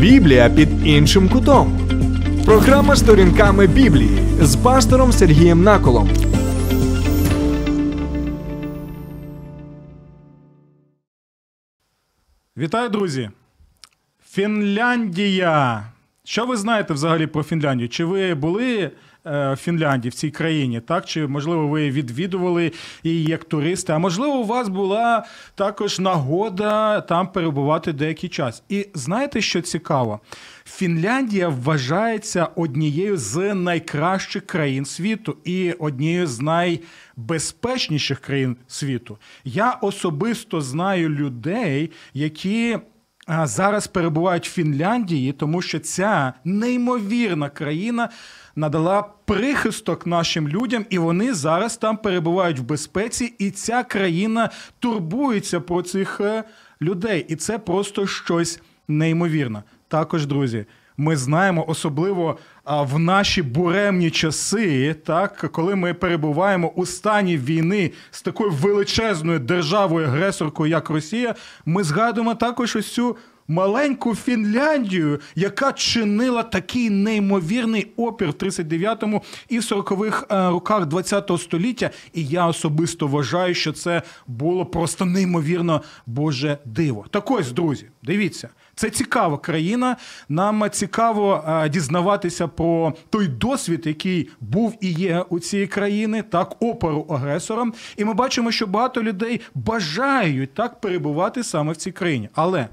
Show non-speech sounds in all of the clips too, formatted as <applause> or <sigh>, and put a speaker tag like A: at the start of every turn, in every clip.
A: Біблія під іншим кутом. Програма сторінками Біблії з пастором Сергієм Наколом.
B: Вітаю, друзі! Фінляндія. Що ви знаєте взагалі про Фінляндію? Чи ви були е, в Фінляндії в цій країні? Так? Чи можливо ви відвідували її як туристи? А можливо, у вас була також нагода там перебувати деякий час. І знаєте, що цікаво? Фінляндія вважається однією з найкращих країн світу і однією з найбезпечніших країн світу. Я особисто знаю людей, які а, зараз перебувають в Фінляндії, тому що ця неймовірна країна надала прихисток нашим людям, і вони зараз там перебувають в безпеці, і ця країна турбується про цих е, людей. І це просто щось неймовірне. Також, друзі, ми знаємо, особливо а, в наші буремні часи, так коли ми перебуваємо у стані війни з такою величезною державою агресоркою, як Росія, ми згадуємо також ось цю маленьку Фінляндію, яка чинила такий неймовірний опір в 39-му і 40-х е, роках 20-го століття. І я особисто вважаю, що це було просто неймовірно боже диво. Так ось, друзі, дивіться. Це цікава країна. Нам цікаво е, дізнаватися про той досвід, який був і є у цієї країни, так опору агресорам. І ми бачимо, що багато людей бажають так перебувати саме в цій країні. Але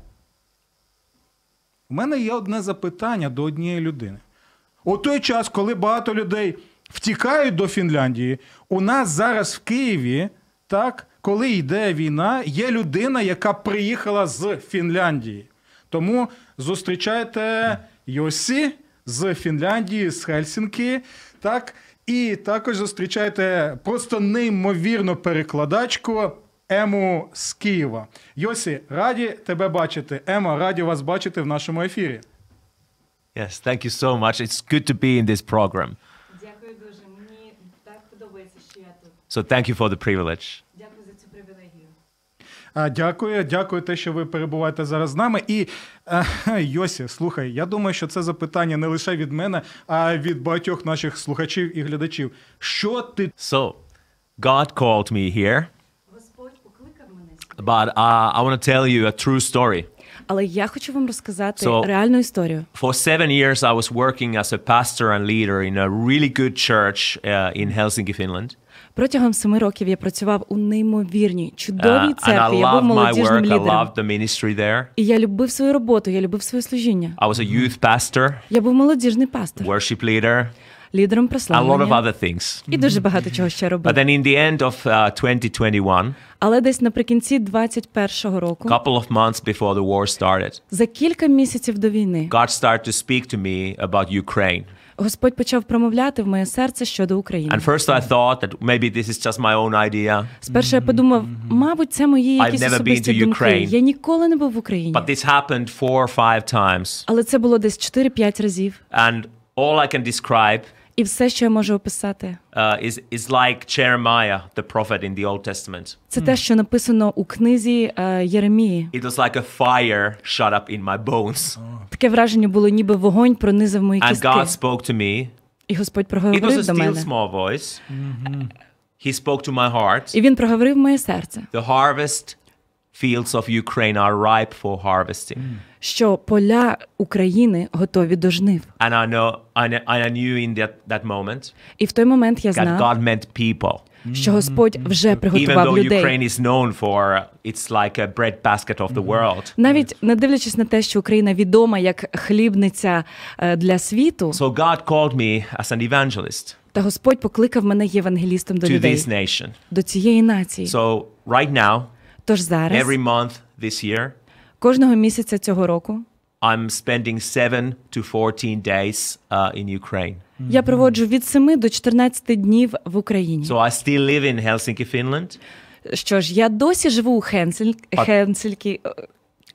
B: у мене є одне запитання до однієї людини. У той час, коли багато людей втікають до Фінляндії, у нас зараз в Києві, так, коли йде війна, є людина, яка приїхала з Фінляндії. Тому зустрічайте Йосі з Фінляндії, з Хельсінки, так, і також зустрічайте просто неймовірну перекладачку Ему з Києва. Йосі, раді тебе бачити. Ема, раді вас бачити в нашому ефірі.
C: Yes, thank you so much. It's good to be in this program.
D: Дякую дуже. Мені так подобається, що я тут.
C: So thank you for the privilege.
D: Дякую за цю привілегію.
B: А, Дякую, дякую те, що ви перебуваєте зараз з нами. І е, <laughs> Йосі, слухай, я думаю, що це запитання не лише від мене, а від багатьох наших слухачів і глядачів. Що ти
C: So, God called me here,
D: Господь покликав мене сюди.
C: but uh, I want to tell you a true story.
E: Але я хочу вам розказати
C: So-
E: реальну історію.
C: For seven years, I was working as a pastor and leader in a really good church uh, in Helsinki, Finland.
E: Протягом семи років я прacював у неймовірній
C: Uh,
E: чудовій
C: and I
E: церкві. Я був
C: loved my
E: молодіжним
C: work, I
E: лідером.
C: loved the ministry there.
E: І я любив свою роботу, я любив своє служіння.
C: I was a youth pastor,
E: Я був молодіжний пастор,
C: worship leader,
E: лідером
C: a lot of
E: прославлення
C: other things.
E: і дуже багато чого ще
C: But
E: робив.
C: then in the end of uh, 2021,
E: Але десь наприкінці 21-го
C: a
E: року,
C: couple of months before the war started,
E: за кілька місяців до війни,
C: God started to speak to me about Ukraine.
E: Господь почав промовляти в моє серце щодо України.
C: And first I thought that maybe this is just my own idea,
E: Спершу я подумав, мабуть, це мої якісь
C: I've never been
E: особисті
C: to
E: думки.
C: Ukraine.
E: Я ніколи не був в Україні,
C: but this happened four or five times.
E: але це було десь 4-5 разів.
C: And all I can describe
E: І все, що я можу описати,
C: uh, is, is like Jeremiah, the prophet in the Old Testament.
E: Це те, що написано у книзі е, Єремії.
C: It was like a fire shut up in my bones.
E: Таке враження було, ніби вогонь пронизав мої
C: And
E: кістки.
C: God spoke to me.
E: І Господь
C: It was a
E: проговорив до
C: still
E: мене.
C: small voice. He spoke to my heart.
E: І він проговорив моє серце,
C: The harvest fields of Ukraine are ripe for harvesting.
E: що поля України готові до жнив.
C: And I know, I, kn- I knew in that, that moment
E: І в той момент я
C: that
E: знав,
C: God meant people.
E: що Господь вже
C: even
E: приготував
C: though Ukraine
E: людей.
C: is known for uh, it's like a breadbasket of the world.
E: Навіть не дивлячись на те, що Україна відома як хлібниця е, для світу,
C: So God called me as an evangelist
E: та Господь покликав мене євангелістом до
C: to this
E: людей,
C: nation.
E: до цієї нації.
C: So right now,
E: Тож зараз,
C: every month this year,
E: кожного місяця цього року,
C: I'm spending seven to 14 days uh, in Ukraine.
E: я проводжу від 7 до 14 днів в Україні.
C: So I still live in Helsinki, Finland,
E: Що ж, я досі живу у Хенсель...
C: А-
E: Хенселькі. е,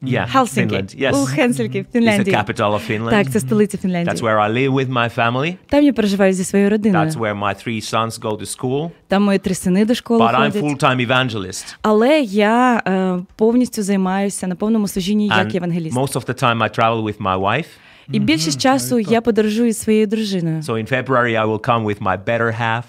C: Yeah,
E: Helsinki.
C: Finland. Yes,
E: У Хенселькі,
C: is the
E: Фінляндії.
C: capital of Finland.
E: Так, це столиця Фінляндії.
C: That's where I live with my family.
E: Там я проживаю зі своєю родиною.
C: That's where my three sons go to school.
E: Там мої три сини до школи
C: But I'm
E: ходять.
C: full-time evangelist.
E: Але я е, повністю займаюся на повному служінні як
C: And
E: євангеліст.
C: most of the time I travel with my wife.
E: І більшість часу я подорожую зі своєю дружиною.
C: So in February I will come with my better half.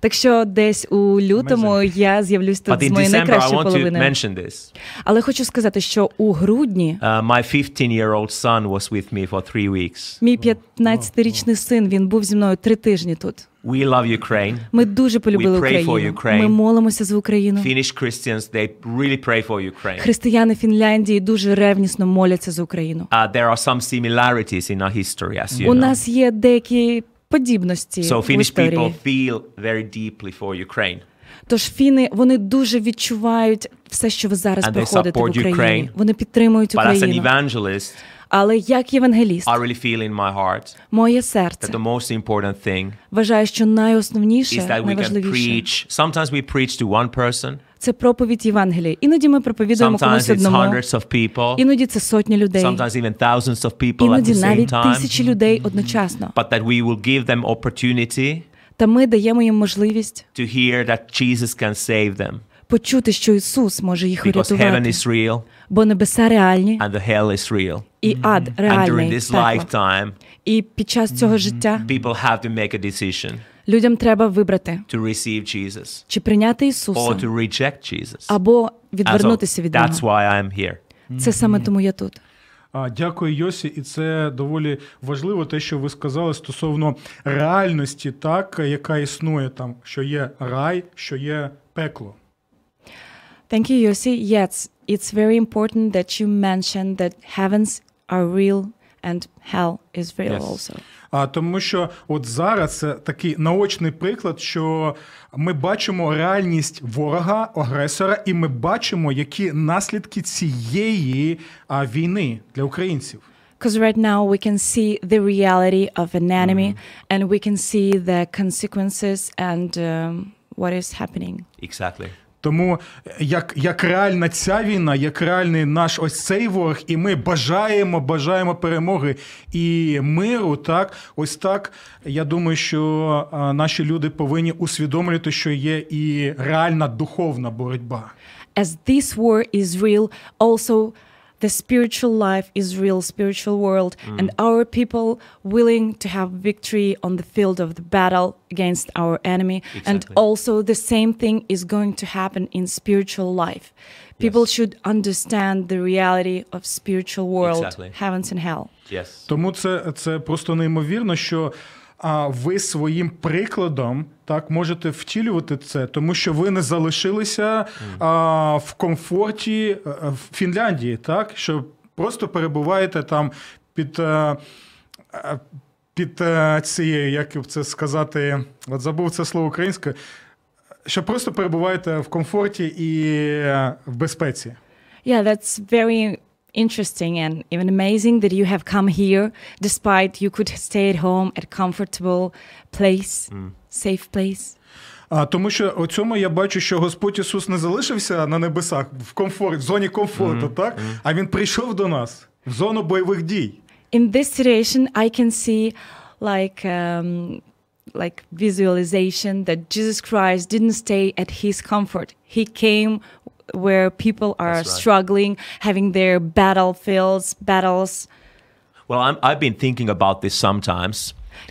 E: Так що десь у лютому я з'явлюсь тут
C: But
E: з
C: in
E: моєю
C: December I
E: найкращою
C: want to
E: половиною.
C: mention this.
E: Але хочу сказати, що у грудні
C: Uh, my 15-year-old son was with me for three weeks.
E: мій 15-річний син він був зі мною три тижні тут.
C: We love Ukraine.
E: Ми дуже полюбили
C: We pray for
E: Україну.
C: Ukraine.
E: Ми молимося за Україну.
C: Finnish Christians they really pray for Ukraine.
E: Християни Фінляндії дуже ревнісно моляться за Україну.
C: Uh, there are some similarities in our history, as you
E: У
C: know.
E: нас є деякі подібності
C: So
E: в
C: Finnish people
E: історії.
C: feel very deeply for Ukraine.
E: Тож фіни вони дуже відчувають все, що ви зараз
C: And they
E: проходите в
C: support Ukraine.
E: Україні. Вони підтримують
C: But as an
E: Україну.
C: evangelist,
E: Але як євангеліст,
C: I really feel in my heart
E: моє
C: that
E: серце
C: the most important thing
E: вважає, що
C: is
E: найосновніше,
C: that we can
E: найважливіше
C: preach. Sometimes we preach to one person,
E: це проповідь Євангелія. Іноді ми проповідуємо
C: sometimes
E: комусь
C: it's
E: одному,
C: hundreds of people,
E: іноді це сотні людей,
C: sometimes even thousands of people at
E: іноді
C: the same
E: навіть
C: time.
E: тисячі людей одночасно.
C: But that we will give them opportunity
E: Та ми даємо їм можливість
C: to hear that Jesus can save them
E: почути, що Ісус може їх
C: because heaven
E: урятувати,
C: is real
E: бо небеса реальні
C: and the hell is real.
E: і ад
C: And during
E: реальний.
C: this
E: пекло.
C: lifetime, Mm-hmm.
E: І під час цього життя
C: people have to make a decision
E: людям треба вибрати,
C: to receive Jesus
E: чи прийняти
C: or
E: Ісуса,
C: to reject Jesus.
E: або
C: And so
E: відвернутися від
C: that's
E: нього.
C: why Mm-hmm. I'm here.
E: Це саме тому я тут.
B: А, Дякую, Йосі, і це доволі важливо, те, що ви сказали стосовно реальності, так, яка існує там, що є рай, що є пекло.
E: Thank you, Yossi. Yes, it's very important that you mentioned that heavens are real and hell is real
C: Yes.
E: also.
B: А тому що от зараз це такий наочний приклад, що ми бачимо реальність ворога, агресора, і ми бачимо, які наслідки цієї а, війни для українців.
E: Because right now we can see the reality of an enemy and we can see the consequences and um, what is happening.
C: Exactly.
B: Тому е, як, як реальна ця війна, як реальний наш ось цей ворог, і ми бажаємо, бажаємо перемоги і миру. Так, ось так. Я думаю, що а, наші люди повинні усвідомлювати, що є і реальна духовна боротьба.
E: As this war is real, also the spiritual life is real, spiritual world,
C: Mm.
E: and our people willing to have victory on the field of the battle against our enemy. And
C: Exactly.
E: also the same thing is going to happen in spiritual life. People
C: Yes.
E: should understand the reality of spiritual world,
C: Exactly.
E: heavens and hell.
C: Yes.
B: Тому це, це просто неймовірно, що а, ви своїм прикладом так можете втілювати це, тому що ви не залишилися а, в комфорті е, е, в Фінляндії, так що просто перебуваєте там під. е, е, під е, цією, як б це сказати, от забув це слово українське, що просто перебуваєте в комфорті і е, в безпеці.
E: Yeah, that's very interesting and even amazing that you have come here despite you could stay at home at comfortable place,
C: Mm.
E: safe place.
B: А тому що у цьому я бачу, що Господь Ісус не залишився на небесах в комфорт, в зоні комфорту, так? А він прийшов до нас в зону бойових дій.
E: In this situation, I can see like um, like visualization that Jesus Christ didn't stay at his comfort. He came where people are
C: That's right.
E: struggling, having their battlefields, battles.
C: Well, I'm, I've been thinking about this sometimes.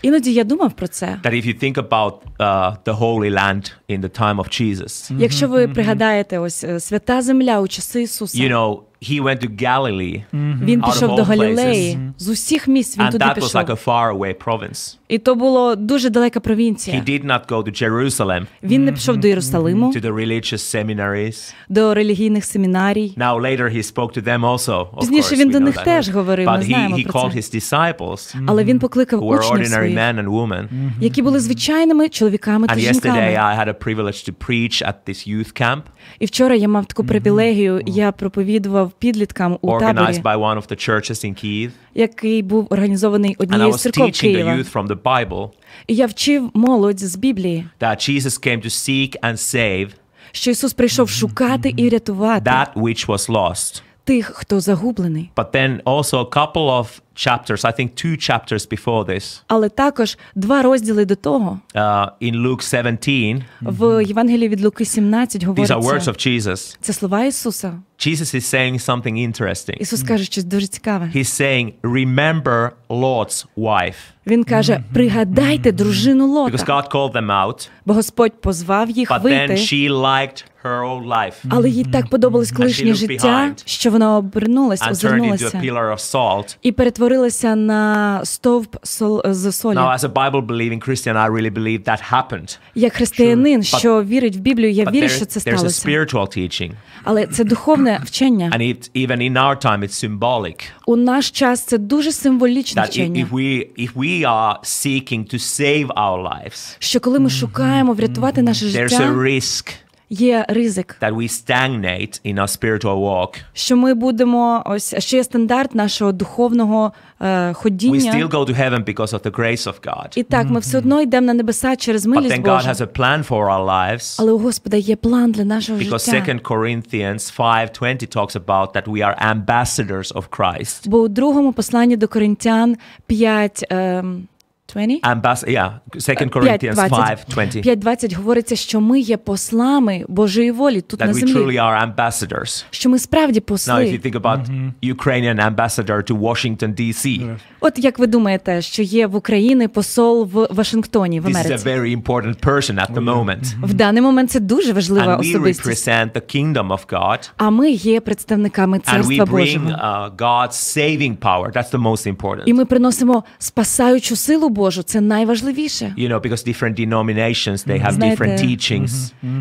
E: Іноді я думав про це.
C: That if you think about uh, the Holy Land in the time of Jesus,
E: Якщо ви пригадаєте, ось е, свята земля у часи Ісуса.
C: you know, he went to Galilee,
E: Він
C: Out of
E: пішов
C: all
E: до
C: places.
E: Галілеї з усіх місць. Він
C: and
E: туди
C: that was
E: пішов,
C: like a faraway province.
E: і то було дуже далека провінція.
C: He did not go to Jerusalem,
E: Він не пішов до Єрусалиму,
C: to the religious seminaries.
E: до релігійних семінарій.
C: Now, later, he spoke to them also. Of
E: Пізніше
C: course,
E: він
C: we
E: до
C: know
E: них
C: that.
E: теж говорив, ми
C: But he,
E: знаємо
C: he
E: про
C: called
E: це.
C: his disciples,
E: Але він покликав
C: who were
E: учнів
C: ordinary
E: своїх,
C: men and women.
E: які були звичайними чоловіками та
C: And yesterday,
E: жінками.
C: I had a privilege to preach at this youth camp
E: І вчора я мав таку привілегію. Я проповідував підліткам у таборі,
C: organized by one of the churches in Kiev.
E: який був організований
C: And I
E: однією з
C: was
E: церков
C: teaching the
E: Києва.
C: youth from the Bible
E: І я вчив молодь з Біблії,
C: that Jesus came to seek and save
E: що Ісус прийшов шукати і рятувати
C: that which was lost.
E: тих, хто загублений.
C: But then also a couple of chapters, I think two chapters before this,
E: Але також два розділи до того
C: uh, in Luke 17,
E: в Євангелії від Луки 17
C: these are words
E: говориться.
C: of Jesus.
E: Це слова Ісуса.
C: Jesus is saying something interesting.
E: Ісус каже щось дуже цікаве.
C: He's saying, Remember Lord's wife,
E: Він каже: пригадайте дружину
C: because
E: Лота,
C: God called them out,
E: бо Господь позвав їх
C: but then
E: вийти,
C: she liked her old life
E: але їй так подобалось колишнє
C: looked
E: життя,
C: behind
E: що вона обернулася,
C: and turned into a
E: озирнулася
C: pillar of salt.
E: і перетворилася на стовп сол з солі.
C: Now, as a Bible believing Christian, I really believe that happened.
E: Як християнин,
C: Sure. But-
E: що вірить в Біблію, я
C: But
E: вірю,
C: there,
E: що це
C: there's a
E: сталося.
C: spiritual teaching,
E: Але це духовне вчення.
C: and it, even in our time, it's symbolic.
E: У наш час це дуже символічне
C: that if,
E: вчення.
C: if we if we are seeking to save our lives,
E: Що коли ми шукаємо врятувати наше
C: there's a
E: життя,
C: risk
E: є ризик,
C: that we stagnate in our spiritual walk.
E: що ми будемо ось ще є стандарт нашого духовного е,
C: We still
E: ходіння.
C: go to heaven because of the grace of God,
E: І так, ми все одно йдемо на небеса через
C: but
E: милість
C: then God
E: Божу.
C: has a plan for our lives.
E: Але у Господа є план для нашого
C: Because
E: життя.
C: 2 Corinthians 5:20 talks about that we are ambassadors of Christ.
E: Бо у другому посланні до Коринтян 5, ем, 20?
C: Ambas- yeah, 2 Corinthians 5:20
E: 5.20 говориться, що ми є послами Божої волі тут
C: that
E: на
C: we
E: землі.
C: truly are ambassadors.
E: Що ми справді
C: Now, if you
E: посли.
C: think about Ukrainian ambassador to Washington D.C.,
E: От як ви думаєте, що є в Україні посол в Вашингтоні, в
C: this is a
E: Америці?
C: very important person at the moment.
E: В даний момент це дуже важлива
C: and we
E: особистість.
C: represent the kingdom of God.
E: А ми є представниками
C: And we
E: царства
C: bring
E: Божого.
C: uh, God's saving power. That's the most
E: І
C: important.
E: ми приносимо спасаючу силу Божу. Це найважливіше.
C: You know, because different denominations they have different
E: Знаєте, Mm-hmm.
C: teachings.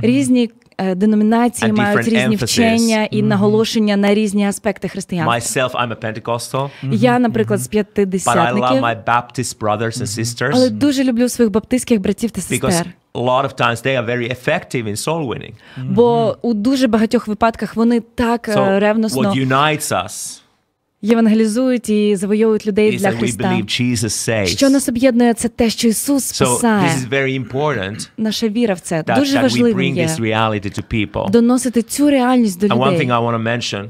E: Різні е, деномінації
C: And
E: мають
C: different
E: різні
C: emphasis.
E: вчення і наголошення на різні аспекти християнства.
C: Myself, I'm a Pentecostal,
E: Я, наприклад, з
C: but I love
E: п'ятидесятників,
C: my Baptist brothers and
E: але
C: sisters
E: дуже люблю своїх баптистських братів та
C: because
E: сестер.
C: a lot of times they are very effective in soul winning.
E: Бо у дуже багатьох випадках вони так е,
C: So
E: ревносно
C: what unites us
E: євангелізують і завойовують людей
C: is
E: для
C: that we
E: Христа.
C: believe Jesus saves.
E: Що нас об'єднує, це те, що Ісус
C: So
E: спасає.
C: this is very important
E: Наша віра в це
C: that,
E: дуже
C: that we
E: важливим
C: bring
E: є
C: this reality to people.
E: доносити цю реальність до
C: And one thing
E: людей.
C: I want to mention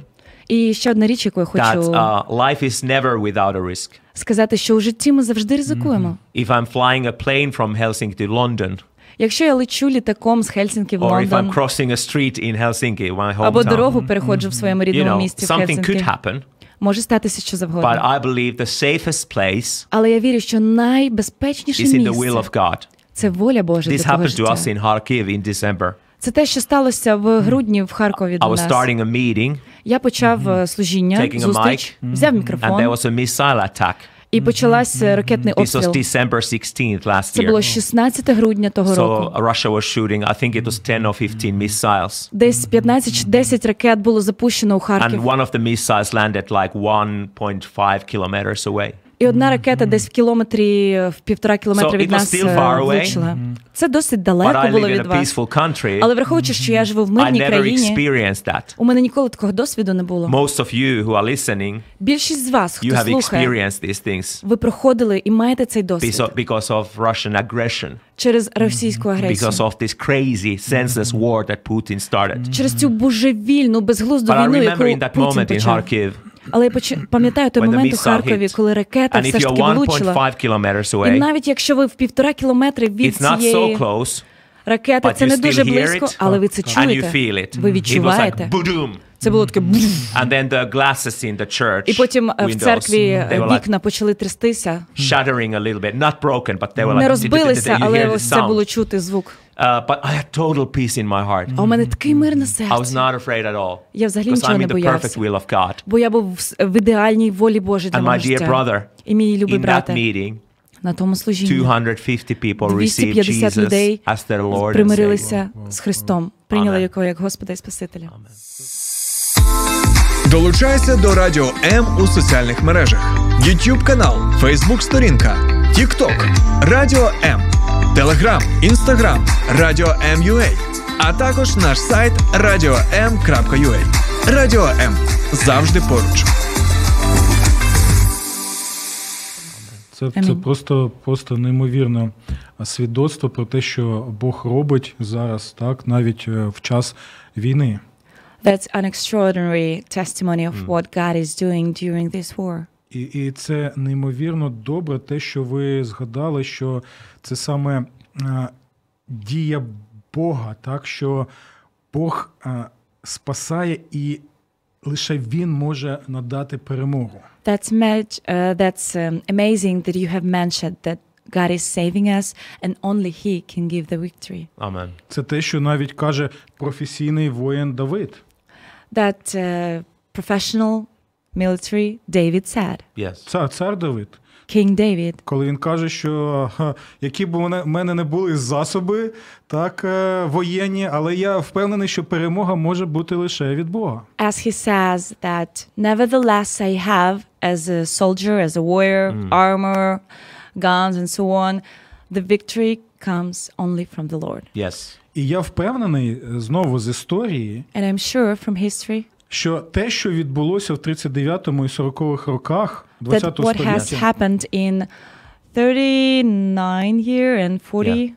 E: І ще одна річ, яку я
C: that
E: хочу
C: uh, life is never without a risk.
E: сказати, що у житті ми завжди ризикуємо.
C: If I'm flying a plane from Helsinki to London,
E: Якщо я лечу літаком з Хельсінки в
C: or if I'm
E: Лондон
C: crossing a street in Helsinki, my
E: або
C: hometown, Mm-hmm.
E: дорогу переходжу в своєму
C: you
E: рідному
C: know,
E: місті в
C: something could
E: Хельсінкі,
C: happen.
E: може статися що
C: But uh,
E: завгодно.
C: I believe the safest place
E: Але я вірю, що найбезпечніше
C: is in the will
E: місце
C: of God.
E: це воля Божа для
C: This
E: того
C: happened to us
E: життя.
C: in Kharkiv in December.
E: Це те, що сталося в грудні в Харкові
C: I
E: до
C: was
E: нас.
C: starting a meeting,
E: Я почав е, служіння,
C: Taking a Mm-hmm.
E: зустріч, взяв
C: and there
E: мікрофон
C: was a missile attack.
E: і почалась е, ракетний
C: This was
E: обстріл.
C: December 16th last
E: Це було
C: year.
E: 16 грудня
C: So
E: того
C: uh,
E: року.
C: Russia was shooting, I think it was 10 or 15 missiles.
E: Десь 15 чи 10 ракет було запущено у
C: And
E: Харків.
C: one of the missiles landed like 1.5 kilometers away.
E: І одна ракета десь в кілометрі, е, в півтора кілометра
C: So it
E: від
C: was
E: нас
C: still
E: е,
C: far away.
E: влучила. Це досить
C: But I
E: далеко було
C: live in
E: від
C: a
E: вас.
C: peaceful country.
E: Але враховуючи, що я живу в
C: I
E: мирній
C: never
E: країні,
C: experienced that.
E: у мене ніколи такого досвіду не було.
C: Most of you who are listening,
E: Більшість з вас,
C: you
E: хто
C: have
E: слухає,
C: experienced these things
E: ви проходили і маєте цей досвід
C: beso- because of Russian aggression,
E: через російську агресію,
C: because of this crazy, senseless war that Putin started.
E: через цю божевільну, безглузду
C: But I
E: війну, яку
C: remember in that
E: Путін
C: moment in
E: почав.
C: Kharkiv,
E: Але я поч- пам'ятаю той
C: when the
E: момент у
C: missile
E: Харкові,
C: hit,
E: коли ракета
C: and
E: все
C: if
E: ж
C: you're
E: таки влучила.
C: 1.5 kilometers
E: І
C: away,
E: навіть якщо ви в півтора кілометри від
C: it's not so
E: цієї
C: close,
E: ракети,
C: but
E: це
C: you
E: не
C: still
E: дуже
C: hear
E: близько,
C: it,
E: але ви це
C: and you
E: чуєте.
C: feel it.
E: Ви
C: It was like
E: відчуваєте.
C: boom,
E: Це було таке бум.
C: and then the glasses in the church
E: і потім е, в
C: windows,
E: церкві е,
C: they were like
E: вікна почали трястися.
C: shattering a little bit, not broken, but Hmm. they were
E: Не
C: like you
E: розбилися, але
C: hear the
E: ось це було
C: sound.
E: чути звук.
C: Uh, But I had total peace in my heart.
E: А у мене такий мир на
C: Mm. I was
E: серці.
C: not afraid at all.
E: Я взагалі
C: because
E: нічого
C: I'm
E: не
C: in the perfect
E: боявся.
C: will of God.
E: Бо я був в с- в ідеальній волі Божій для
C: And
E: мого
C: my dear
E: життя.
C: brother,
E: І мій любий
C: in that
E: брате
C: meeting,
E: на тому служінні
C: 250 people received
E: 250
C: Jesus
E: людей
C: as their Lord and Savior.
E: примирилися з Христом, прийняли
C: Амен.
E: його як Господа і Спасителя.
A: Долучайся до Радіо М у соціальних мережах: YouTube канал, Facebook сторінка, TikTok, Радіо М, Telegram, Instagram, Радіо М.UA, а також наш сайт radio.m.ua. Радіо М завжди поруч.
B: Це, це
E: Амінь.
B: просто, просто неймовірно свідоцтво про те, що Бог робить зараз, так, навіть е, в час війни.
E: That's an extraordinary testimony of
C: Mm.
E: what God is doing during this war.
B: І, і це неймовірно добре, те, що ви згадали, що це саме е, дія Бога, так що Бог е, спасає і лише Він може надати перемогу.
E: That's mag- uh, that's um, amazing that you have mentioned that God is saving us and only He can give the victory.
C: Amen.
B: Це те, що навіть каже професійний воїн Давид.
E: That uh, professional military David said,
C: Yes.
B: Цар, цар Давид.
E: King David.
B: Коли він каже, що «Ха, які б вони- в мене не були засоби, так е, воєнні, але я впевнений, що перемога може бути лише від Бога.
E: As he says that, nevertheless, I have as a soldier, as a warrior, armor, guns, and so on, the victory comes only from the Lord.
C: Yes.
B: І я впевнений е, знову з історії,
E: And I'm sure from history
B: що те, що відбулося в 39-му і 40-х роках
E: that
B: 20-го
E: what has
B: століття,
E: happened in 39 year and 40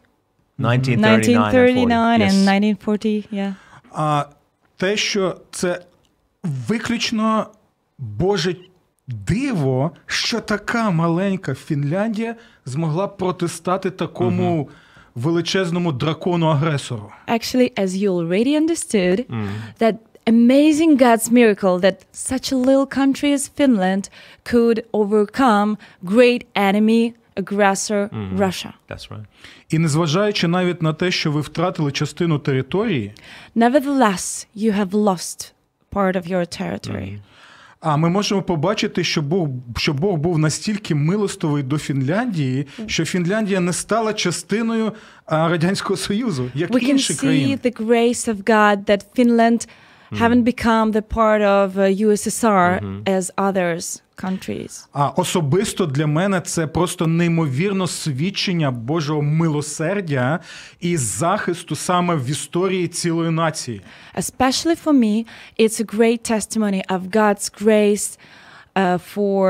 C: 1939
E: 1939
C: Mhm. and
E: and
C: 40. Yes.
E: 1940 yeah
B: а те, що це виключно Боже диво, що така маленька Фінляндія змогла протистати такому величезному дракону агресору.
E: actually as you already understood that amazing god's miracle that such a little country as finland could overcome great enemy aggressor russia
C: That's right.
B: І незважаючи навіть на те, що ви втратили частину території,
E: nevertheless you have lost part of your territory
B: А ми можемо побачити, що Бог, що Бог був настільки милостивий до Фінляндії, що Фінляндія не стала частиною а, Радянського Союзу, як
E: we can
B: інші
E: see
B: країни.
E: the grace of God that Finland haven't become the part of uh, USSR as others countries.
B: А особисто для мене це просто неймовірно свідчення Божого милосердя і захисту саме в історії цілої нації.
E: Especially for me, it's a great testimony of God's grace uh, for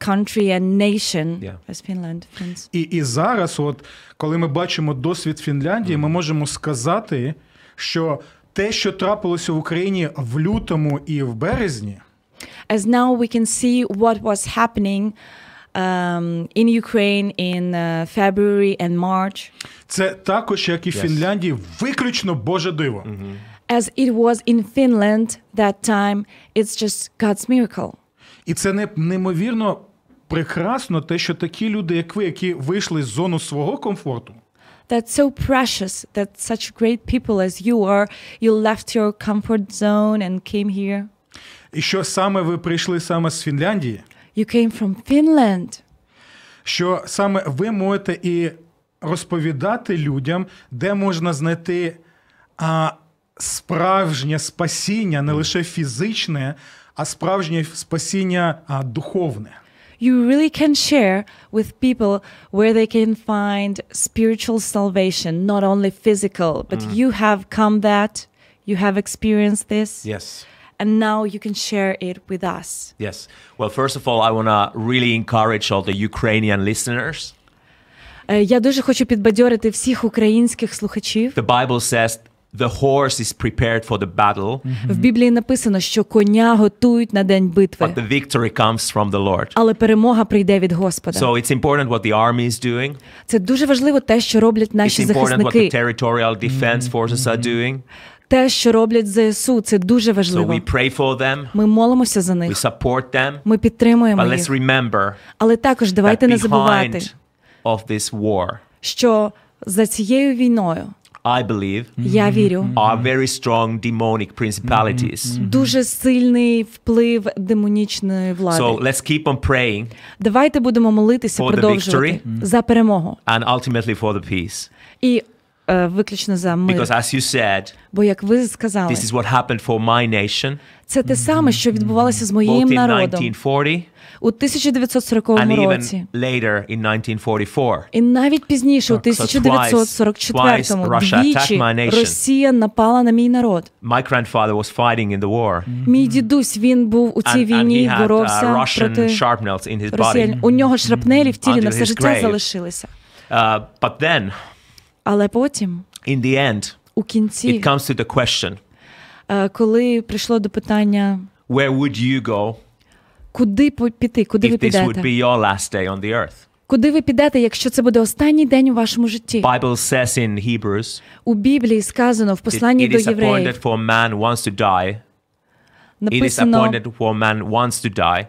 E: country and nation
C: Yeah.
E: as Finland. Finns.
B: І, і зараз, от коли ми бачимо досвід Фінляндії, ми можемо сказати, що те, що трапилося в Україні в лютому і в березні.
E: As now we can see what was happening um, in Ukraine in uh, February and March,
B: Це також, як і в Фінляндії, виключно Боже диво.
E: as it was in Finland that time, it's just God's miracle.
B: І це не, неймовірно прекрасно, те, що такі люди, як ви, які вийшли з зону свого комфорту,
E: that's so precious that such great people as you are you left your comfort zone and came here
B: і що саме ви прийшли саме з Фінляндії,
E: you came from finland
B: що саме ви можете і розповідати людям, де можна знайти а, справжнє спасіння, не лише фізичне, а справжнє спасіння а, духовне.
E: you really can share with people where they can find spiritual salvation not only physical
C: Mm.
E: but you have come that you have experienced this
C: Yes.
E: and now you can share it with us
C: Yes. Well, first of all, I want to really encourage all the Ukrainian listeners.
E: Е, я дуже хочу підбадьорити всіх українських слухачів
C: The Bible says the horse is prepared for the battle,
E: в біблії написано що коня готують на день битви
C: but the victory comes from the Lord.
E: але перемога прийде від Господа.
C: So it's important what the army is doing.
E: Це дуже важливо те, що роблять
C: It's
E: наші
C: important what the
E: захисники.
C: territorial defense forces are doing.
E: Те, що роблять ЗСУ, це дуже
C: So
E: важливо.
C: we pray for them,
E: Ми молимося за
C: we
E: них.
C: support them.
E: Ми підтримуємо
C: But
E: їх.
C: let's remember
E: Але також
C: that
E: давайте не забувати,
C: behind of this war,
E: що за цією війною
C: I believe,
E: я вірю
C: are very strong demonic principalities.
E: дуже сильний вплив демонічної
C: So
E: влади.
C: let's keep on praying
E: Давайте будемо молитися,
C: For the
E: продовжувати за перемогу
C: and ultimately for the peace.
E: і е, виключно за
C: Because
E: мир.
C: as you said,
E: Бо як ви сказали,
C: this is what happened for my nation,
E: це те саме, що відбувалося з моїм
C: both in
E: народом
C: 1940
E: у 1940
C: and
E: році.
C: even later in 1944.
E: І навіть пізніше, у
C: So twice- twice
E: 1944-му,
C: Russia attacked
E: двічі
C: my nation.
E: Росія напала на мій народ.
C: My grandfather was fighting in the war,
E: Мій дідусь він був у цій
C: and, and he
E: війні,
C: had uh,
E: боровся
C: Russian
E: проти
C: sharp nails in his body.
E: росіян. У нього шрапнелі в тілі
C: Until
E: на все
C: his
E: життя
C: grave.
E: залишилися.
C: Uh, but then,
E: Але потім,
C: in the end,
E: у
C: it
E: кінці,
C: comes to the question
E: Е, Коли прийшло до питання,
C: Where would you go
E: куди по- піти, куди ви
C: if this would be
E: підете?
C: your last day on the earth?
E: Куди ви підете, якщо це буде останній день у вашому житті?
C: Bible says in Hebrews,
E: У Біблії сказано в
C: it,
E: посланні
C: it
E: до
C: is appointed
E: євреїв
C: for man once to die. It is
E: написано,
C: appointed for man once to die.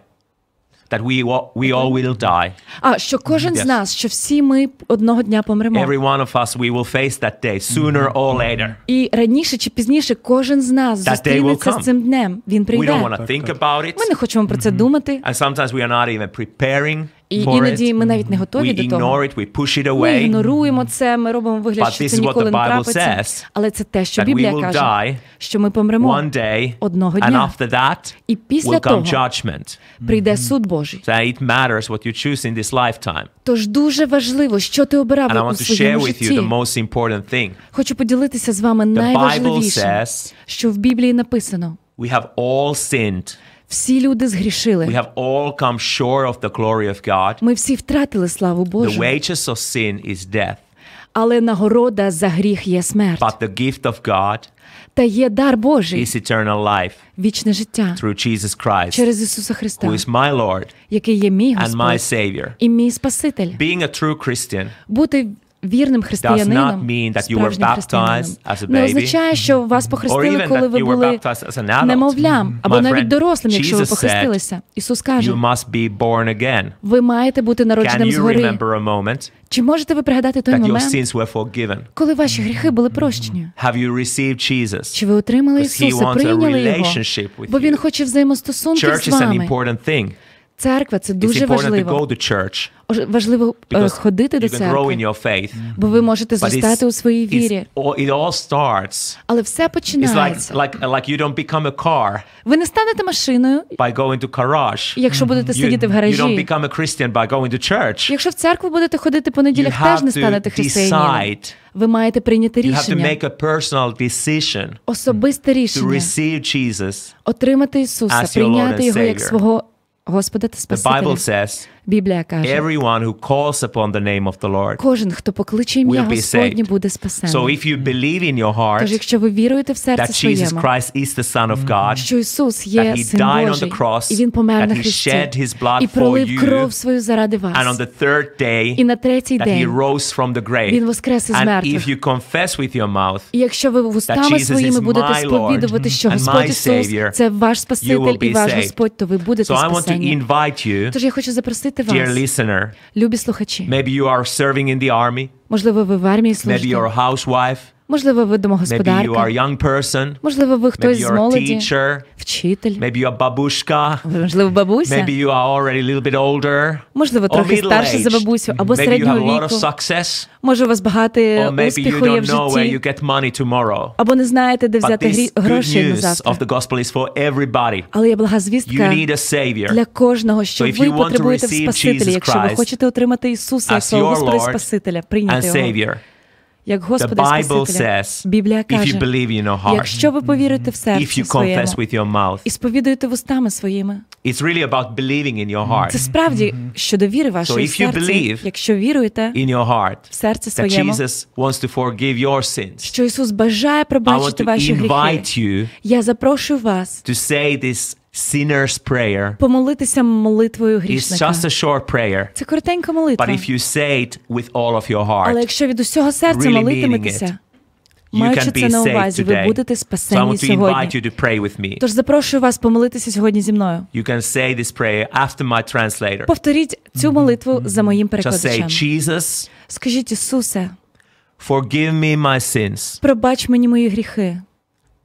C: That we wa- we all will die.
E: а що кожен з
C: Yes.
E: нас, що всі ми одного дня помремо.
C: Every one of us, we will face that day sooner or later.
E: І раніше чи пізніше кожен з нас
C: day will
E: зустрінеться
C: come.
E: з цим днем. Він
C: We
E: прийде.
C: don't Mm-hmm. want to think about it,
E: Ми не хочемо про це думати,
C: and sometimes we are not even preparing
E: і
C: for
E: іноді
C: it.
E: ми навіть не готові
C: We
E: до того.
C: ignore it. We push it
E: Ми
C: away.
E: ігноруємо це, ми робимо
C: But
E: вигляд, що
C: this
E: це
C: is what
E: ніколи
C: the
E: не
C: Bible
E: трапиться.
C: says,
E: Але це те, що
C: that we
E: Біблія
C: will
E: каже,
C: die
E: що ми помремо.
C: One day,
E: Одного
C: and
E: дня.
C: after that,
E: І після
C: will come
E: того.
C: judgment.
E: Прийде суд Божий.
C: So it matters what you choose in this lifetime.
E: Тож дуже важливо, що ти
C: And I
E: обирав у
C: want to share
E: своєму
C: with you
E: житті.
C: the most important thing.
E: Хочу поділитися з вами
C: The Bible
E: найважливішим,
C: says
E: що в Біблії написано:
C: we have all sinned.
E: всі люди
C: We
E: згрішили.
C: have all come short of the glory of God.
E: Ми всі втратили славу
C: The
E: Божу,
C: wages of sin is death,
E: але нагорода за гріх є смерть.
C: but the gift of God
E: Та є дар Божий,
C: is eternal life
E: вічне життя
C: through Jesus Christ,
E: через Ісуса
C: who
E: Христа,
C: is my Lord
E: який є мій
C: and my
E: Господь
C: Savior.
E: і мій Спаситель.
C: Being a true Christian
E: Бути вірним
C: Does not
E: християнином,
C: mean that you were
E: справжнім християнином,
C: baptized as a
E: не
C: baby,
E: означає, що вас
C: or
E: похрестили,
C: even
E: коли
C: that
E: ви
C: you were
E: були
C: baptized as an adult.
E: немовлям, або
C: My
E: навіть
C: friend,
E: дорослим, якщо ви
C: Jesus said,
E: похрестилися. Ісус каже,
C: you must be born again.
E: ви маєте бути
C: Can
E: народженим
C: you
E: згори.
C: remember a moment
E: Чи можете ви пригадати той
C: that your
E: момент,
C: sins were forgiven?
E: коли ваші гріхи були прощені?
C: Have you received Jesus?
E: Чи ви отримали
C: Because he
E: Ісуса,
C: wants a
E: прийняли його?
C: relationship with
E: Бо
C: you.
E: Він хоче взаємостосунки
C: Church
E: з
C: is an
E: вами.
C: important thing.
E: Церква це
C: It's
E: дуже
C: important to go
E: важливо.
C: to church
E: Ож- Важливо е,
C: because
E: ходити до
C: you can grow in
E: церкви,
C: your faith.
E: бо ви можете
C: But it's-
E: зростати у своїй
C: it's-
E: вірі.
C: all- it all starts.
E: Але все
C: It's
E: починається.
C: like like like you don't become a car
E: Ви не станете машиною,
C: by going to garage.
E: якщо будете
C: You,
E: сидіти в
C: you don't
E: гаражі.
C: become a Christian by going to church.
E: Якщо в церкву будете ходити по
C: You
E: неділях, теж
C: have
E: не
C: to
E: станете християнином.
C: decide.
E: Ви маєте прийняти
C: You have to
E: рішення,
C: make a personal decision
E: особисте
C: to
E: рішення,
C: receive Jesus.
E: отримати
C: as your
E: Ісуса,
C: Lord and
E: прийняти його як
C: Savior.
E: свого Господа та
C: The Bible
E: Спасителя.
C: says
E: Біблія каже,
C: everyone who calls upon the name of the Lord.
E: кожен, хто покличе ім'я
C: will be
E: Господнє,
C: saved.
E: буде
C: So
E: спасений.
C: if you believe in your heart
E: Тож, якщо ви віруєте в серце
C: that Jesus
E: своєму,
C: Christ is the Son of God,
E: що
C: that
E: Ісус є
C: he
E: Син
C: died on
E: Божий,
C: the cross,
E: і Він помер
C: that
E: на
C: he
E: Христі,
C: shed his blood
E: і
C: for
E: пролив
C: you,
E: кров свою заради вас,
C: and on the third
E: і
C: day
E: на третій
C: that he
E: день
C: rose from the grave.
E: Він воскрес із
C: And
E: мертвих.
C: if you confess with your mouth,
E: І якщо ви
C: That
E: вустами
C: Jesus
E: своїми
C: is
E: будете
C: my Lord
E: сповідувати, що
C: and my
E: Господь Ісус
C: Savior,
E: це ваш
C: you
E: Спаситель
C: will be
E: і ваш
C: saved.
E: Господь, то ви будете
C: so I want to
E: спасені.
C: invite you,
E: Тож я хочу запросити
C: dear
E: вас,
C: listener,
E: любі слухачі.
C: maybe you are serving in the army,
E: Можливо, ви в армії
C: maybe you're a
E: служите,
C: housewife,
E: можливо, ви
C: maybe you are a
E: домогосподарка,
C: young person,
E: можливо, ви
C: maybe
E: хтось з
C: you're a
E: молоді,
C: teacher,
E: вчитель,
C: maybe you're a babushka,
E: можливо, бабуся,
C: Maybe you are already a little bit older.
E: можливо,
C: or
E: трохи старше
C: middle-aged.
E: за бабусю або
C: Maybe you have a
E: середнього
C: lot of
E: віку.
C: success.
E: Може, у вас багато
C: Or maybe you
E: успіху є в
C: don't know where you
E: житті,
C: get money tomorrow.
E: або не знаєте, де
C: But
E: взяти
C: this
E: грі-
C: good
E: гроші на
C: news
E: завтра.
C: of the gospel is for everybody.
E: Але є блага
C: You
E: звістка
C: need a savior.
E: для кожного, що
C: So if you
E: ви
C: want to
E: потребуєте в
C: receive
E: Спасителі,
C: Jesus
E: якщо ви
C: Christ
E: хочете отримати Ісуса
C: as
E: як свого
C: your
E: Господа і
C: Lord
E: Спасителя,
C: And
E: прийняти його
C: savior.
E: як
C: The
E: Господа і
C: Bible
E: Спасителя.
C: says
E: Біблія
C: if you
E: каже,
C: believe in your heart,
E: якщо ви повірите в
C: if
E: серці
C: you
E: своєму
C: confess with your mouth,
E: і сповідуєте вустами своїми,
C: it's really about believing in your heart.
E: це справді щодо віри вашої
C: Mm-hmm. if you believe
E: серці, якщо віруєте
C: In your heart.
E: в серці
C: That
E: своєму,
C: Jesus wants to forgive your sins.
E: що Ісус бажає
C: I want
E: пробачити
C: to
E: ваші гріхи.
C: invite you
E: Я запрошую вас
C: to say this sinner's prayer.
E: помолитися молитвою
C: It's
E: грішника.
C: just a short prayer,
E: Це коротенька
C: but
E: молитва.
C: if you say it with all of your
E: Але
C: heart,
E: якщо від усього серця
C: really meaning
E: молитиметеся,
C: you can
E: маючи
C: be
E: це на
C: saved
E: увазі, ви
C: today.
E: будете
C: So I
E: спасені
C: want to invite you
E: сьогодні.
C: to pray with me.
E: Тож запрошую вас помолитися сьогодні зі мною.
C: You can say this prayer after my translator.
E: Повторіть цю молитву за моїм
C: Just say,
E: перекладачем.
C: Jesus,
E: Скажіть, Ісусе,
C: forgive me my sins,
E: пробач мені мої гріхи,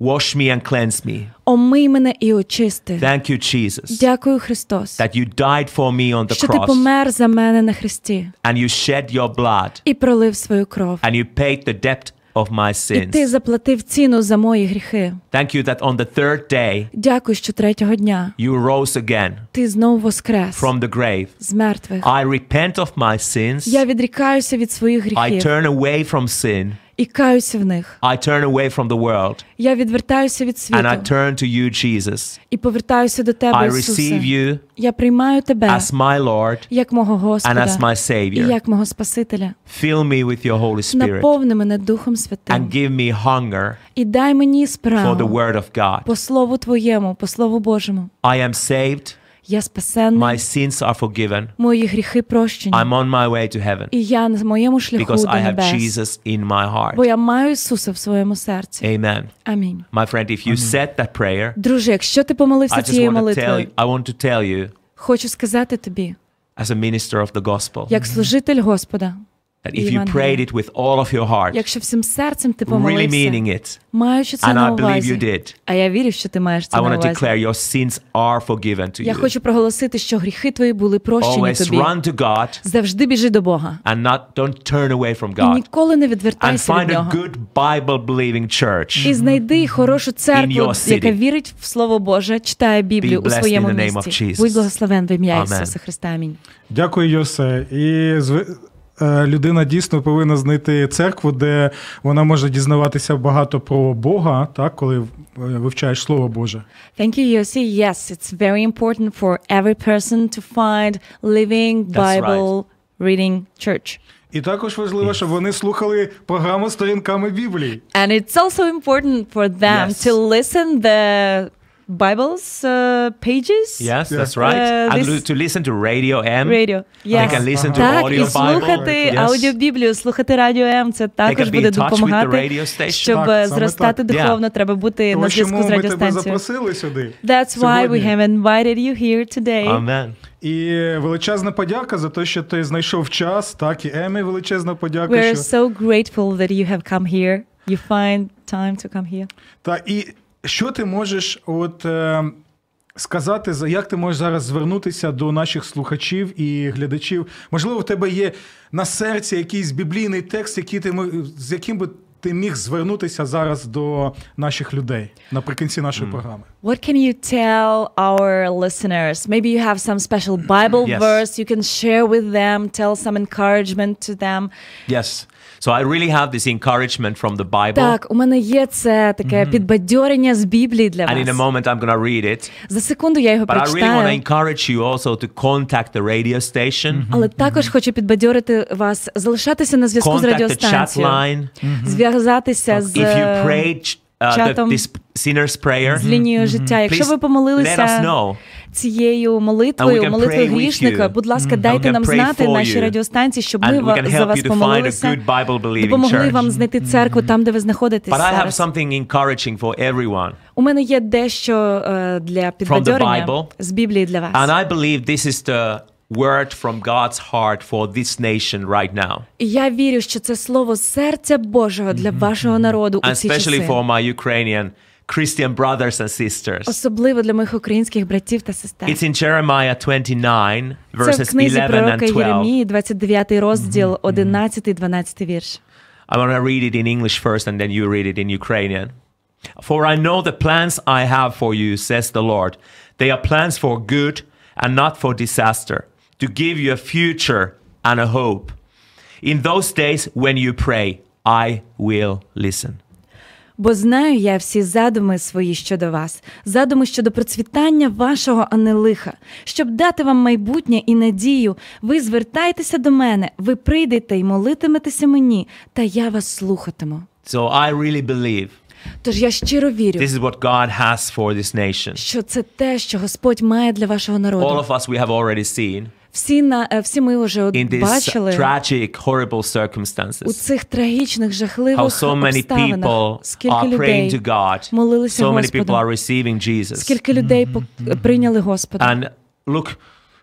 C: wash me and cleanse me.
E: омий мене і очисти.
C: Thank you, Jesus,
E: Дякую, Христос,
C: that you died for me on the
E: що ти
C: cross
E: помер за мене на хресті
C: and you shed your blood
E: і пролив свою кров.
C: and you paid the debt of my
E: І ти
C: sins.
E: заплатив ціну за мої гріхи.
C: Thank you that on the third day
E: Дякую, що третього дня
C: you rose again
E: ти знову воскрес
C: from the grave.
E: з мертвих.
C: I repent of my sins.
E: Я відрікаюся від
C: I
E: своїх гріхів.
C: turn away from sin
E: і каюся в них.
C: I turn away from the world
E: Я відвертаюся від
C: and I
E: світу
C: turn to you, Jesus.
E: і повертаюся до
C: I
E: тебе,
C: receive
E: Ісусе.
C: you
E: Я приймаю тебе
C: as my Lord
E: як мого
C: and as my
E: Господа і
C: Savior.
E: як мого Спасителя.
C: Fill me with your Holy Spirit
E: Наповни мене Духом
C: and
E: Святим
C: give me hunger
E: і дай мені
C: for the
E: справу
C: Word of God.
E: по Слову Твоєму, по Слову Божому.
C: I am saved.
E: Я
C: My
E: спасенний,
C: sins are forgiven.
E: мої гріхи прощені,
C: I'm on my way to heaven
E: і я на моєму шляху
C: because
E: до
C: I have
E: небес,
C: Jesus Е- in my heart.
E: бо я маю Ісуса в своєму серці.
C: Amen.
E: Амінь.
C: My friend, if you said that prayer,
E: Друже, якщо ти
C: I
E: помолився
C: just
E: цією
C: want to tell
E: молитвою,
C: you, I want to tell you
E: хочу сказати тобі,
C: as a minister of the gospel
E: як служитель Господа,
C: that if you
E: Івангелія.
C: prayed it with all of your heart,
E: якщо всім серцем ти
C: really meaning
E: помолився,
C: it,
E: маючи це
C: and
E: на
C: I believe you
E: увазі,
C: did,
E: а я вірю, що ти маєш
C: I
E: це на
C: want to
E: увазі.
C: declare your sins are forgiven to
E: Я
C: you.
E: хочу проголосити, що гріхи твої були прощені
C: Always
E: тобі.
C: run to God
E: Завжди біжи до Бога
C: and not don't turn away from
E: і
C: God.
E: ніколи не
C: And
E: відвертайся від
C: find a
E: нього.
C: good Bible believing church.
E: І знайди хорошу
C: In your
E: церкву,
C: city.
E: яка вірить в Слово Боже, читає Біблію
C: Be
E: у
C: blessed
E: своєму
C: in the name of
E: місті.
C: Jesus.
E: Будь благословен в ім'я
C: Amen.
E: Ісуса Христа. Амінь.
B: Дякую, Йосе. І зв- е, людина дійсно повинна знайти церкву, де вона може дізнаватися багато про Бога, так, коли е, вивчаєш Слово Боже.
E: Thank you, Yossi. Yes, it's very important for every person to find living
C: That's
E: Bible reading church.
B: І також важливо, щоб вони слухали програму сторінками Біблії.
E: And it's also important for them
C: Yes.
E: to listen the Bible's uh, pages.
C: Yes,
B: Yeah.
C: that's right.
E: Uh,
C: and
E: this-
C: to listen to Radio M.
E: Radio.
C: They
E: Yes.
C: can listen to
E: Так,
C: audio
E: і
C: Bible.
E: слухати
C: Yes.
E: аудіобіблію, слухати радіо М. Це також
C: be
E: буде
C: in touch with the radio
E: допомагати,
C: station.
E: щоб
B: Так, саме
E: зростати
C: так.
E: духовно. Треба бути на
B: Тому чому
E: зв'язку з
B: ми тебе
E: радіостанцією.
B: запросили сюди.
E: That's why we
B: сьогодні.
E: have invited you here today.
C: Amen.
B: І величезна подяка за те, що ти знайшов час, так і Емі величезна подяка.
E: We're
B: що...
E: so grateful that you have come here. You find time to come here.
B: Та і що ти можеш от е, сказати, за- як ти можеш зараз звернутися до наших слухачів і глядачів? Можливо, в тебе є на серці якийсь біблійний текст, який ти мо- з яким би ти міг звернутися зараз до наших людей наприкінці нашої програми?
E: What can you tell our listeners? Maybe you have some special Bible
C: Yes.
E: verse you can share with them, tell some encouragement to them.
C: Yes. So I really have this encouragement from the Bible.
E: Так, у мене є це таке підбадьорення з Біблії для
C: Mhm. And in a
E: вас.
C: moment, I'm going to read it.
E: За секунду я його
C: But I really want to
E: прочитаю.
C: encourage you also to contact the radio station,
E: Але також хочу підбадьорити вас залишатися на зв'язку з
C: contact the chat
E: радіостанцією,
C: line.
E: зв'язатися з,
C: If you prayed uh, the,
E: чатом.
C: this sinner's prayer,
E: з лінією життя. Якщо
C: Please
E: ви
C: let us
E: помолилися
C: know.
E: цією
C: And we can
E: молитвою,
C: pray
E: молитвою
C: with
E: грішника,
C: you. Mm.
E: будь ласка,
C: And we
E: дайте
C: can
E: нам
C: pray
E: знати
C: for
E: наші
C: you.
E: радіостанції, щоб ми
C: And we
E: ва-
C: can
E: за
C: help
E: вас
C: you to find a
E: помолилися,
C: good Bible believing
E: допомогли
C: church.
E: вам знайти церкву там, де ви знаходитесь
C: But I have
E: зараз.
C: something encouraging for everyone.
E: У мене є дещо е, для підбадьорення
C: Bible.
E: з Біблії для вас.
C: And I believe this is the word from God's heart for this nation right now,
E: І я вірю, що це слово серця Божого для вашого народу
C: and
E: у ці часи.
C: especially for my Ukrainian Christian brothers and
E: Oh,
C: sisters.
E: Особливо для моїх українських братів та сестер.
C: It's in Jeremiah 29,
E: Це в
C: verses
E: книзі
C: 11
E: пророка
C: and 12.
E: Єремії, 29 розділ, 11-12 вірш.
C: I want to read it in English first and then you read it in Ukrainian. For I know the plans I have for you, says the Lord. They are plans for good and not for disaster, to give you a future and a hope. In those days when you pray, I will listen.
E: Бо знаю я всі задуми свої щодо вас, задуми щодо процвітання вашого, а не лиха, щоб дати вам майбутнє і надію. Ви звертайтеся до мене, ви прийдете і молитиметеся мені, та я вас слухатиму.
C: So I really believe
E: Тож я щиро вірю,
C: this is what God has for this nation.
E: що це те, що Господь має для вашого
C: All
E: народу.
C: of us we have already seen
E: Всі на е, всі ми вже от
C: in these
E: бачили
C: tragic, horrible
E: у
C: circumstances.
E: цих трагічних,
C: how
E: жахливих
C: so many
E: обставинах,
C: people
E: скільки
C: are praying to
E: людей
C: God,
E: молилися
C: so many people are
E: Господу,
C: receiving Jesus.
E: скільки людей пок- прийняли Господа.
C: And look,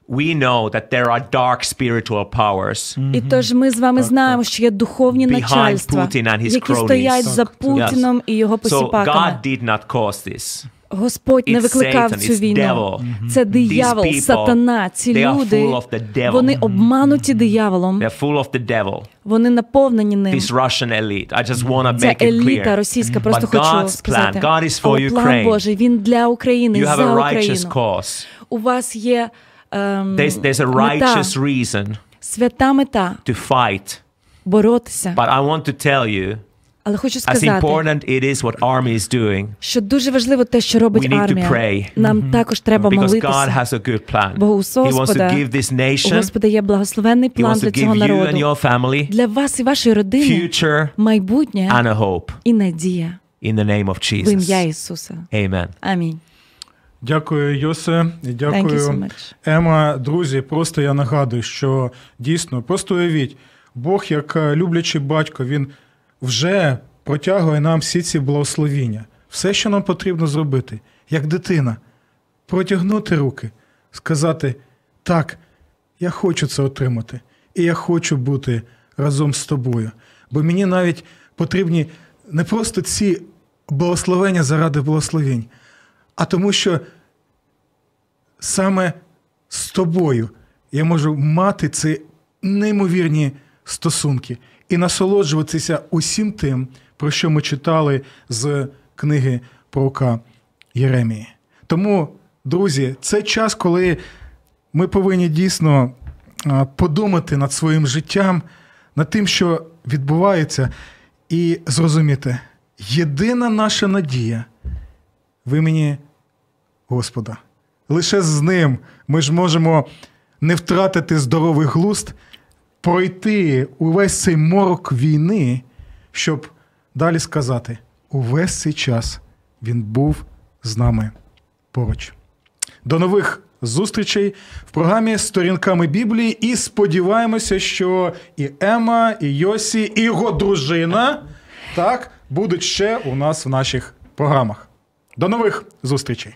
C: we know that there are dark spiritual powers
E: І тож ми з вами знаємо, що є духовні
C: Behind
E: начальства,
C: Putin and his
E: які
C: cronies.
E: стоять за
B: Так,
E: Путіном і його
C: So
E: посіпаками.
C: God did not cause this.
E: Господь не
C: It's
E: викликав
C: Satan,
E: цю
C: it's
E: війну.
C: devil. Мгм.
E: Це
C: These
E: диявол,
C: people,
E: сатана,
C: they
E: ці
C: are
E: люди.
C: full of the devil. Mm-hmm.
E: Вони обмануті дияволом,
C: They're full of the devil,
E: вони наповнені ним.
C: this Russian elite. I just want to
E: Ця
C: make it
E: еліта
C: clear. Mm-hmm.
E: російська, просто
C: But God's
E: хочу
C: plan,
E: сказати.
C: God is for
E: Але план
C: Ukraine.
E: Божий, він для України,
C: You have a
E: за
C: righteous
E: Україну.
C: cause.
E: У вас є ем,
C: There's, there's a
E: мета,
C: righteous reason
E: свята мета
C: to fight.
E: боротися.
C: But I want to tell you
E: Але хочу
C: As
E: сказати,
C: important it is what army is doing,
E: що дуже важливо те, що робить
C: We need to
E: армія.
C: pray.
E: Нам також треба
C: because God
E: молитися.
C: has a good plan.
E: Бо
C: He
E: у
C: wants to
E: Господа-
C: give this
E: У
C: nation,
E: Господа є благословенний
C: He
E: план
C: wants
E: для
C: to
E: цього
C: give you and
E: народу.
C: your family
E: Для вас і вашої родини
C: future
E: майбутнє
C: and a hope
E: і надія
C: in the name of
E: в ім'я
C: Jesus.
E: Ісуса.
C: Amen.
E: Амінь.
B: Дякую, Йосе. і
E: Thank you
B: Дякую,
E: so much.
B: Ема. Друзі, просто я нагадую, що дійсно, просто уявіть, Бог, як е, люблячий батько, він вже протягує нам всі ці благословіння. Все, що нам потрібно зробити, як дитина, протягнути руки, сказати: так, я хочу це отримати, і я хочу бути разом з тобою. Бо мені навіть потрібні не просто ці благословення заради благословень, а тому, що саме з тобою я можу мати ці неймовірні стосунки і насолоджуватися усім тим, про що ми читали з книги пророка Єремії. Тому, друзі, це час, коли ми повинні дійсно а, подумати над своїм життям, над тим, що відбувається, і зрозуміти, єдина наша надія в імені Господа. Лише з ним ми ж можемо не втратити здоровий глузд, пройти увесь цей морок війни, щоб далі сказати: увесь цей час він був з нами поруч. До нових зустрічей в програмі Сторінками Біблії. І сподіваємося, що і Ема, і Йосі, і його дружина так будуть ще у нас в наших програмах. До нових зустрічей!